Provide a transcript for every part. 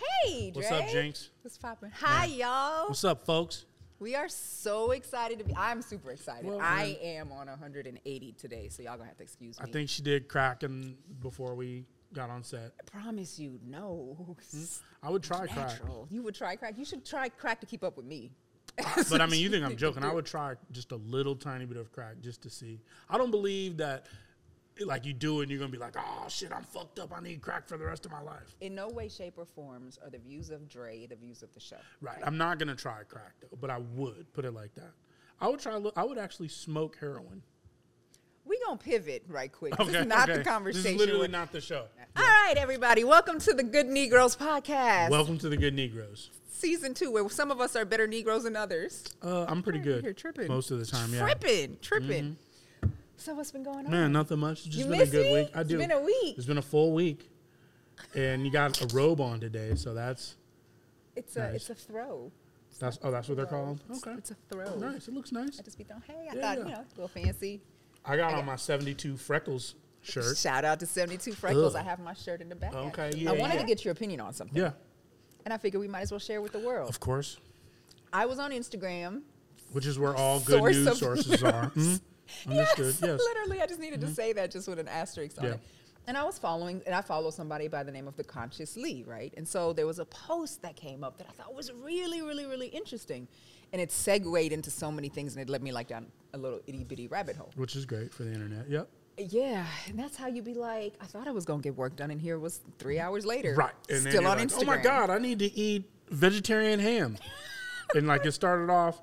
right. What's right? up, Jinx? What's poppin'? Hi, y'all. What's up, folks? We are so excited to be. I'm super excited. Well, I am on 180 today, so y'all gonna have to excuse me. I think she did cracking before we got on set. I promise you, no. It's I would Hmm? try crack, Natural. You would try crack. You should try crack to keep up with me. but I mean, you think I'm joking? I would try just a little tiny bit of crack just to see. I don't believe that, like you do, it and you're gonna be like, "Oh shit, I'm fucked up. I need crack for the rest of my life." In no way, shape, or forms are the views of Dre the views of the show. Right. I'm not gonna try crack though, but I would put it like that. I would try. I would actually smoke heroin. We gonna pivot right quick. this is not okay. the conversation. This is literally we're- not the show. All right, everybody, welcome to the Good Negroes podcast, Welcome to the Good Negroes. season two, where some of us are better Negroes than others. Uh, I'm pretty good You're tripping. most of the time. Yeah. Tripping, tripping. So what's been going on? Man, nothing much. It's just You been miss a good me? week. I It's do. been a week. It's been a full week, and you got a robe on today, so that's It's a Nice. it's a throw. that's oh that's what they're called. Okay, It's a throw. nice. It looks nice. I just be throwing. Hey, I thought Yeah, yeah. you know, a little fancy. I got on my '72 freckles shirt. Shout out to 72 Freckles. Ugh. I have my shirt in the back. Okay, yeah, I wanted yeah. to get your opinion on something, Yeah, and I figured we might as well share with the world. of course, I was on Instagram. which is where all good Source news of sources are. Mhm. Understood. Yes, Yes. Mm-hmm. literally, I just needed to say that just with an asterisk on Yeah. it. And I was following, and I follow somebody by the name of the Conscious Lee, right? And so there was a post that came up that I thought was really, really, really interesting, and it segued into so many things, and it led me like down a little itty bitty rabbit hole. Which is great for the internet. Yep. Yeah, and that's how you be like, I thought I was gonna get work done, and here it was three hours later, Right. And then Still you're on like, Instagram. Oh my god, I need to eat vegetarian ham. and like it started off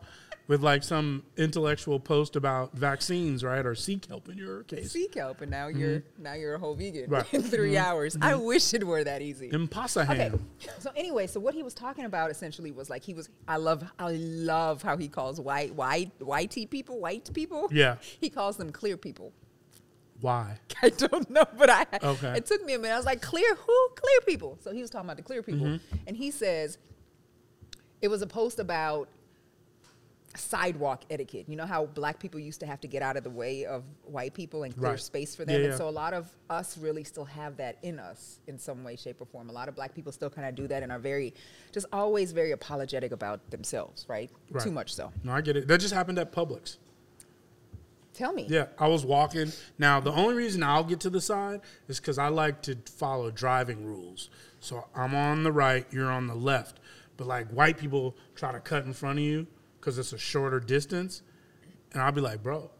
with like some intellectual post about vaccines, right? Or sea kelp in your case. Sea kelp, and now you're now you're a whole vegan Mm-hmm. Right. Mm-hmm. in 3 hours. I wish it were that easy. Impasa Okay. ham. So anyway, so what he was talking about essentially was like he was. I love. I love how he calls white white whitey people white people. Yeah. He calls them clear people. Why? I don't know, but I. Okay. It took me a minute. I was like, clear who? Clear people. So he was talking about the clear people, Mm-hmm. and he says it was a post about sidewalk etiquette. You know how black people used to have to get out of the way of white people and clear Right. space for them. Yeah, And yeah. so a lot of us really still have that in us in some way, shape, or form. A lot of black people still kind of do that and are very, just always very apologetic about themselves, right? Right. Too much so. No, I get it. That just happened at Publix. Tell me. Yeah, I was walking. Now, the only reason I'll get to the side is because I like to follow driving rules. So I'm on the right, you're on the left. But like white people try to cut in front of you because it's a shorter distance. And I'll be like, bro,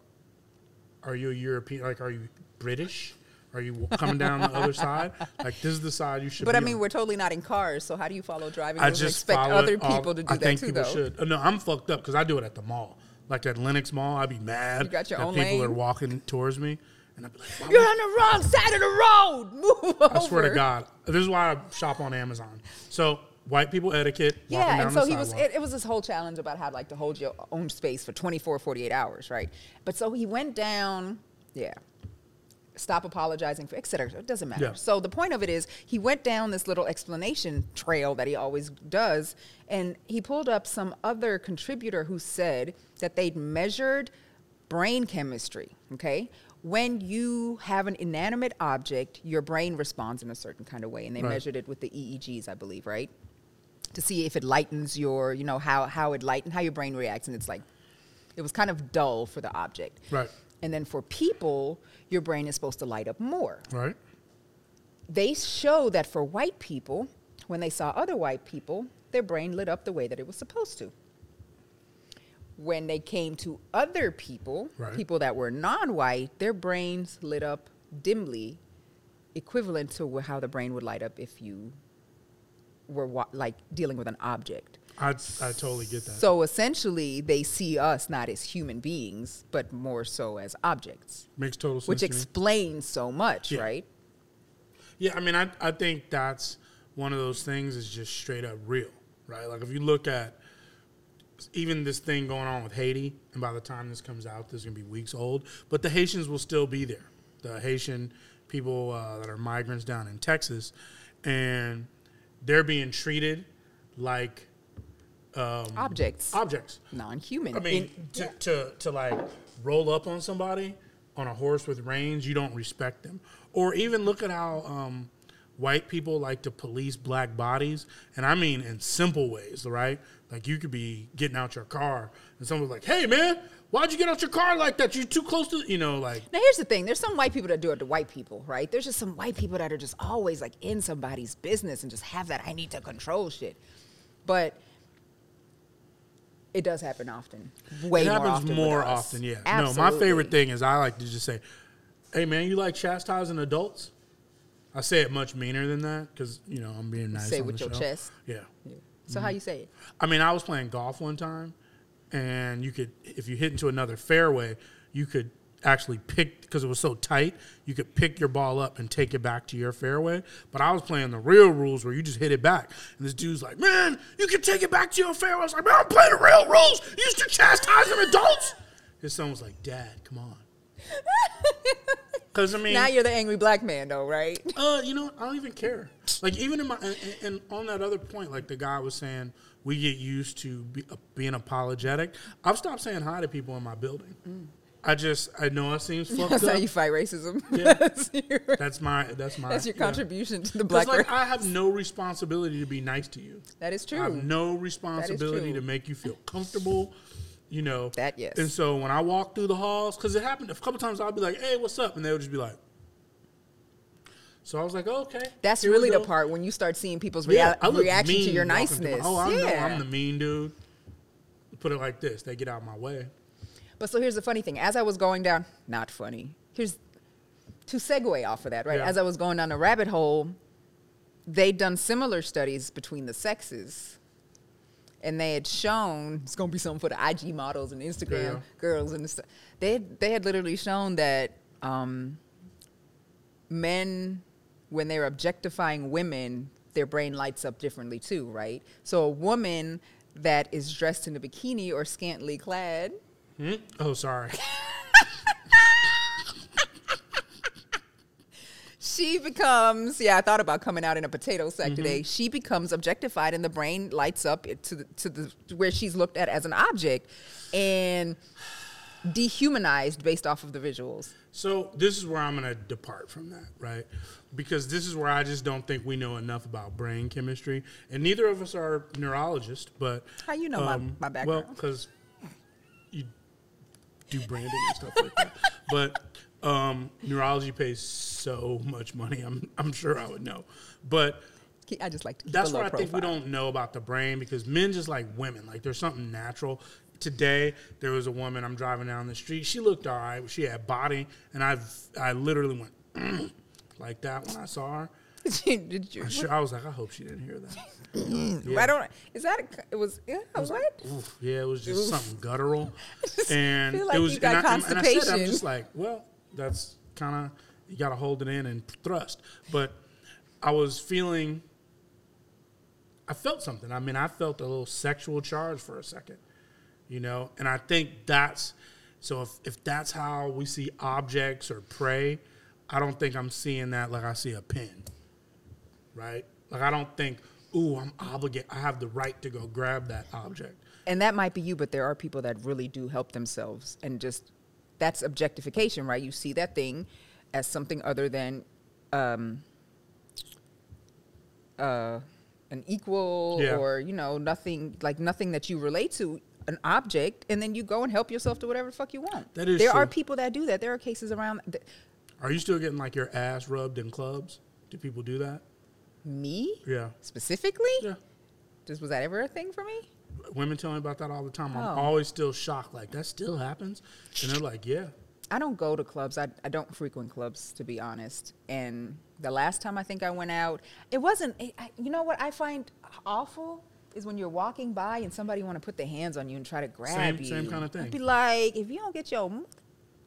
are you a European? Like, are you British? Are you coming down the other side? Like, this is the side you should But be I mean, on. we're totally not in cars, so how do you follow driving? I rules and just expect follow other it all- people to do I that think too, people though. should. Uh, No, I'm fucked up because I do it at the mall. Like at Lenox Mall, I'd be mad You got your that own people are lane? walking towards me, and I'd be like, "Why You're on the wrong side of the road. Move over. I swear to God, this is why I shop on Amazon. So white people etiquette. walking Yeah, down and so the he was. sidewalk. It, it was this whole challenge about how like to hold your own space for 24, 48 hours, right? But so he went down. Yeah. Stop apologizing for et cetera. It doesn't matter. Yeah. So the point of it is, he went down this little explanation trail that he always does, and he pulled up some other contributor who said that they'd measured brain chemistry. Okay, when you have an inanimate object, your brain responds in a certain kind of way, and they Right. measured it with the EEGs, I believe, right? to see if it lightens your, you know, how, how it lighten, how your brain reacts. And it's like, it was kind of dull for the object. Right. And then for people, your brain is supposed to light up more. right. They show that for white people, when they saw other white people, their brain lit up the way that it was supposed to. When they came to other people, Right. people that were non white, their brains lit up dimly, equivalent to wh- how the brain would light up if you were wa- like dealing with an object. I I totally get that. So essentially, they see us not as human beings, but more so as objects, Makes total sense. which to me. explains so much, Yeah. right? Yeah, I mean, I, I think that's one of those things is just straight up real, right? Like if you look at even this thing going on with Haiti, and by the time this comes out, this is gonna be weeks old. But the Haitians will still be there. The Haitian people uh, that are migrants down in Texas, and they're being treated like objects, objects. non-human. Um, I mean, In- to, to to like roll up on somebody on a horse with reins, you don't respect them. Or even look at how um, white people like to police black bodies, and I mean in simple ways, right? Like you could be getting out your car, and someone's like, "Hey, man, why'd you get out your car like that? You're too close to, you know, like." Now here's the thing: there's some white people that do it to white people, right? There's just some white people that are just always like in somebody's business and just have that I need to control shit. But it does happen often. Way it more happens often. with more us. often, yeah. No, my Absolutely. favorite thing is I like to just say, "Hey, man, you like chastising adults?" I say it much meaner than that because you know I'm being nice. Say on with the your show. chest. Yeah. Yeah. So how you say it? I mean, I was playing golf one time, and you could, if you hit into another fairway, you could actually pick because it was so tight. You could pick your ball up and take it back to your fairway. But I was playing the real rules where you just hit it back, and this dude's like, "Man, you can take it back to your fairway." I was like, "Man, I'm playing the real rules. You used to chastising adults." His son was like, "Dad, come on." Because I mean, Now you're the angry black man, though, right? uh, you know, what? I don't even care. Like even in my and, and on that other point, like the guy was saying, we get used to be, uh, being apologetic. I've stopped saying hi to people in my building. I just I know it seems fucked That's how up. you fight racism. Yeah. that's, your, that's my that's my that's your yeah. contribution to the 'Cause, black like race. I have no responsibility to be nice to you. That is I have true. no responsibility true. to make you feel comfortable. You know That, yes. And so when I walk through the halls, because it happened a couple times, I'll be like, "Hey, what's up?" and they would just be like. So I was like, okay. That's here we really the go. part when you start seeing people's Yeah, rea- I look reaction to mean your walking through my- niceness. oh, I yeah. know I'm the mean dude. Put it like this: they get out of my way. But so here's the funny thing. As I was going down, not funny. Here's to segue off of that, right? Yeah. As I was going down the rabbit hole, they'd done similar studies between the sexes. And they had shown it's gonna be something for the IG models and Instagram Yeah. girls and stuff. They had, they had literally shown that um, men, when they're objectifying women, their brain lights up differently too, right? So a woman that is dressed in a bikini or scantily clad Hmm? Oh, sorry. she becomes yeah i thought about coming out in a potato Mm-hmm. sack today she becomes objectified and the brain lights up it- to the, to the to where she's looked at as an object and dehumanized based off of the visuals so this is where I'm going to depart from that, right? Because this is where I just don't think we know enough about brain chemistry, and neither of us are neurologists. But um, How you know my- my background? Well, because you do branding and stuff like that. But um, neurology pays so much money. I'm I'm sure I would know, but. Ke- i just like to keep That's a low what I think we profile. don't know about the brain because men just like women. Like there's something natural. Today there was a woman I'm driving down the street. She looked all right. She had body, and I I literally went like that when I saw her. did you I sure- I was like, I hope she didn't hear that. i don't is that a, it was yeah what Oof, yeah, it was just something guttural, and feel like it was. you got and, I, and- and I said, I'm constipation. just like, well, that's kind of you got to hold it in and thrust. But I was feeling, I felt something. I mean, I felt a little sexual charge for a second, you know. And I think that's so. If if that's how we see objects or prey, I don't think I'm seeing that like I see a pin right? Like I don't think, ooh, I'm obligated. I have the right to go grab that object. and that might be you but there are people that really do help themselves and just that's objectification right you see that thing as something other than um uh an equal Yeah. or you know nothing like nothing that you relate to an object and then you go and help yourself to whatever the fuck you want That is there are true. people that do that there are cases around th- Are you still getting like your ass rubbed in clubs? Do people do that? me Yeah. specifically Yeah. just was that ever a thing for me Women tell me about that all the time. I'm Oh. always still shocked. Like that still happens, and they're like, "Yeah, I don't go to clubs. I, I don't frequent clubs, to be honest. And the last time I think I went out, it wasn't. It, I, you know what I find awful is when you're walking by and somebody want to put their hands on you and try to grab Same- you. same kinda thing. I'd be like, if you don't get your, m-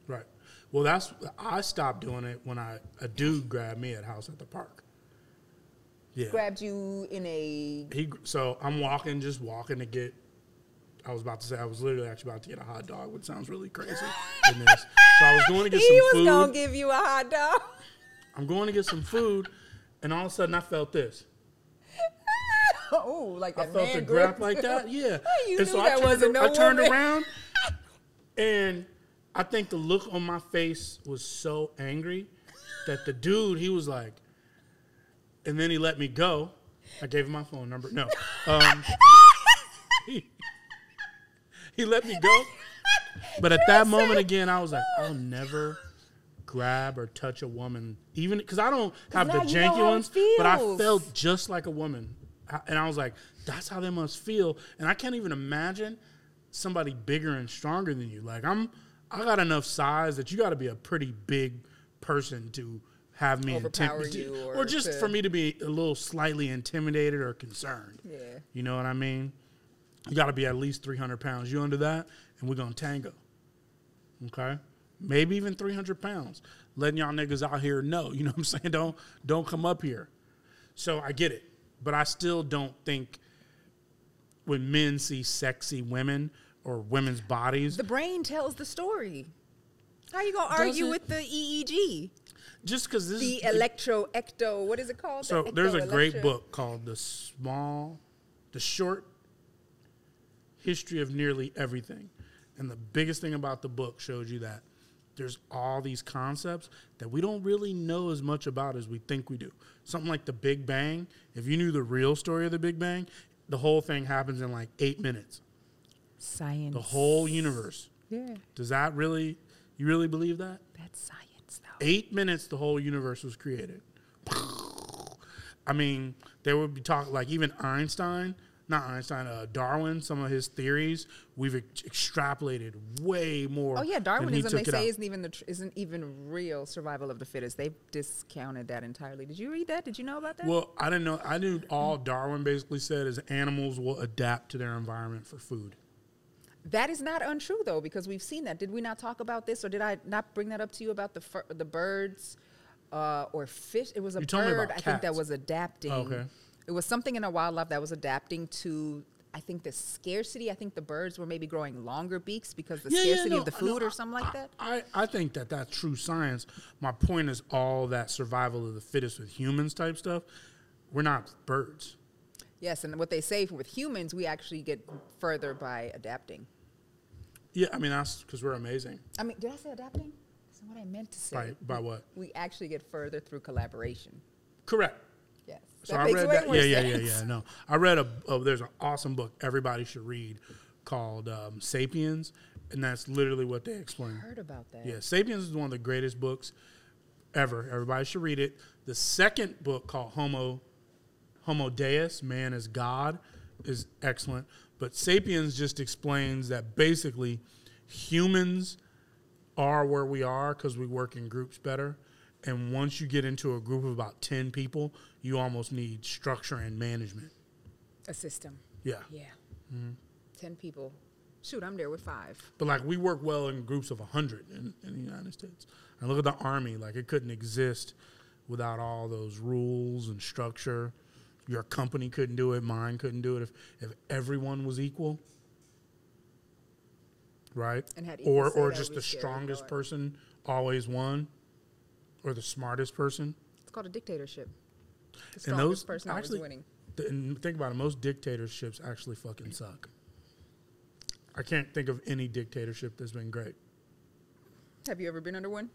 right." Well, that's I stopped doing it when I a dude grabbed me at house at the park. Yeah. grabbed you in a. he so I'm walking, just walking to get. I was about to say I was literally actually about to get a hot dog, which sounds really crazy. in this. So I was going to get He some was food. gonna give you a hot dog. I'm going to get some food, and all of a sudden I felt this. oh, like I that felt man the grab gripped like that. Yeah. You and knew so I that turned, wasn't no I turned woman. around, and I think the look on my face was so angry that the dude he was like, and then he let me go. I gave him my phone number. No. Um, he, he let me go. But at that moment again, I was like, I'll never grab or touch a woman, even because I don't have the now you know janky how it ones, but I feels. felt just like a woman. I- And I was like, that's how they must feel. And I can't even imagine somebody bigger and stronger than you. Like, I'm, I got enough size that you got to be a pretty big person to have me Overpower intimidated. you Or, or just to- for me to be a little slightly intimidated or concerned. Yeah. You know what I mean? You got to be at least 300 pounds. You under that, and we're going to tango. Okay? Maybe even 300 pounds. Letting y'all niggas out here know. You know what I'm saying? Don't, don't come up here. So I get it. But I still don't think when men see sexy women or women's bodies, The brain tells the story. How you gonna argue Doesn't- with the EEG? just because this The is. electro ecto, what is it called? So The there's a ecto- great electro- book called The Small, The Short History of Nearly Everything. And the biggest thing about the book shows you that there's all these concepts that we don't really know as much about as we think we do. Something like the Big Bang, if you knew the real story of the Big Bang, the whole thing happens in like eight minutes. Science. The whole universe. Yeah, Does that really, you really believe that? that's science though. eight minutes the whole universe was created. I mean, there would be talk like even Einstein, not Einstein, uh, Darwin. Some of his theories we've ex- extrapolated way more. Oh yeah, than he Darwinism they took it say out. isn't even the tr- isn't even real survival of the fittest. They've discounted that entirely. Did you read that? Did you know about that? Well, I didn't know. I knew all Darwin basically said is animals will adapt to their environment for food. that is not untrue though because we've seen that. Did we not talk about this or did I not bring that up to you about the fir- the birds uh, or fish? It was a You told me bird I about think that cats. Oh, was adapting. Okay. It was something in our wildlife that was adapting to I think the scarcity. I think the birds were maybe growing longer beaks because the scarcity no, of the no, food I- or something like I- that. I, I think that that's true science. My point is all that survival of the fittest with humans type stuff. We're not birds. Yes, and what they say with humans, we actually get further by adapting. Yeah, I mean that's because we're amazing. I mean, did I say adapting? That's not what I meant to say. By by what? We actually get further through collaboration. Correct. Yes. So I read way that. more Yeah, yeah, yeah, sense. yeah. No, I read a. Oh, there's an awesome book everybody should read called um, *Sapiens*, and that's literally what they I explain. heard about that. Yeah, *Sapiens* is one of the greatest books ever. Everybody should read it. The second book called *Homo Homo Deus*, Man is God, is excellent. But *Sapiens* just explains that basically humans are where we are because we work in groups better. And once you get into a group of about 10 people, you almost need structure and management. A system. Yeah. Yeah. Mm-hmm. Ten people. Shoot, I'm there with five. But like we work well in groups of 100 in, in the United States. And look at the army, like it couldn't exist without all those rules and structure. Your company couldn't do it, mine couldn't do it if, if everyone was equal. Right? And had equal or say, that or would just be the scary, strongest Lord. person always won or the smartest person. It's called a dictatorship. The And strongest those person actually, always winning. th- and think about it. Most dictatorships actually fucking suck. I can't think of any dictatorship that's been great. Have you ever been under one?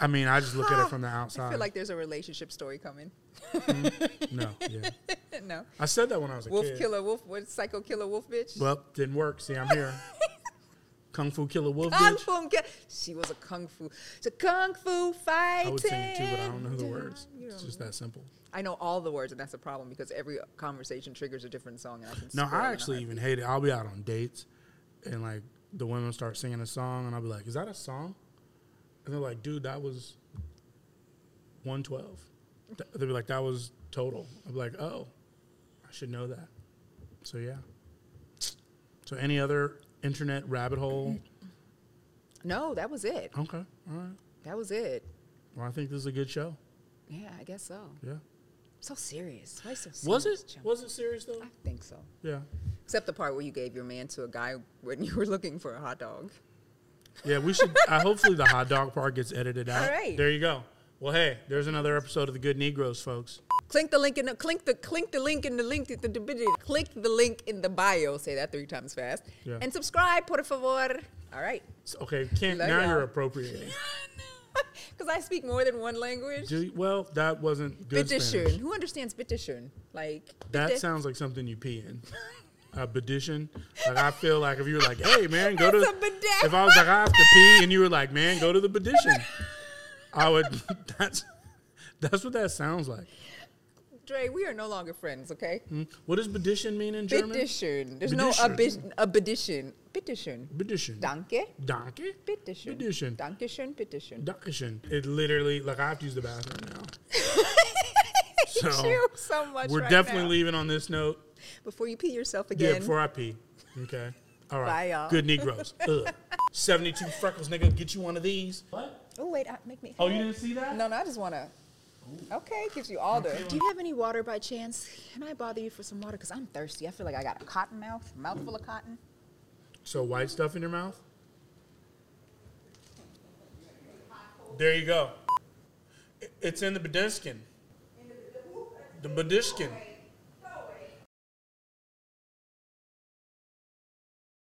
I mean, I just look at it from the I outside. feel like there's a relationship story coming. no, yeah. no. I said that when I was a Wolf kid. killer wolf. What psycho killer wolf bitch? Well, didn't work. See, I'm here. Kung Fu Killer Wolf Kung bitch. fu. ki- She was a kung fu. It's a kung fu fighting. I would sing it too, but I don't know the words. It's just that simple. I know all the words, and that's a problem because every conversation triggers a different song. And I can No, scroll in I a actually heartbeat. even hate it. I'll be out on dates, and like the women start singing a song, and I'll be like, "Is that a song?" And they're like, "Dude, that was 112." Th- They'll be like, "That was total." I'll be like, "Oh, I should know that." So yeah. So any other internet rabbit hole? no, that was it. Okay, all right. That was it. Well, I think this is a good show. Yeah, I guess so. Yeah. So serious. Why so serious? Was it? Jim? Was it serious though? I think so. Yeah. Except the part where you gave your man to a guy when you were looking for a hot dog. Yeah, we should. I hopefully the hot dog part gets edited out. All right. There you go. Well, hey, there's another episode of the Good Negroes, folks. Clink the link in the clink the clink the link in the link the, the, the, click the link in the bio. Say that three times fast. Yeah. And subscribe, por favor. All right. Okay, can't Love now y'all. you're appropriating. Because I speak more than one language. Do you- well, that wasn't good. Spanish. Bitteschön. Who understands bitteschön? Like That bitte- sounds like something you pee in. A petition. Like I feel like if you were like, "Hey man, go to," That's a bidet. if I was like, "I have to pee," and you were like, "Man, go to the petition," I would. That's that's what that sounds like. Hmm? Dre, we are no longer friends, okay? Mm, What does petition mean in German? Bitteschön. There's no Bitteschön. abi- abedition. Bitteschön. Petition. Danke. Donkey. Bitteschön. Bitteschön. Dankeschön. Bitteschön. Dankeschön. It literally like I have to use the bathroom now. So, you so much. We're right definitely now. leaving on this note. Before you pee yourself Yeah, again. before I pee. Okay. All right. Bye, y'all. Good Negroes. Ugh. 72 freckles, nigga. Get you one of these. What? oh wait, uh, make me. Oh, you didn't see that? No, no, I just wanna. Okay, gives you all the. Do you have any water by chance? Can I bother you for some water? Cause I'm thirsty. I feel like I got a cotton mouth, mouthful of cotton. So white stuff in your mouth? There you go. I- It's in the Badiskin. The Badiskin.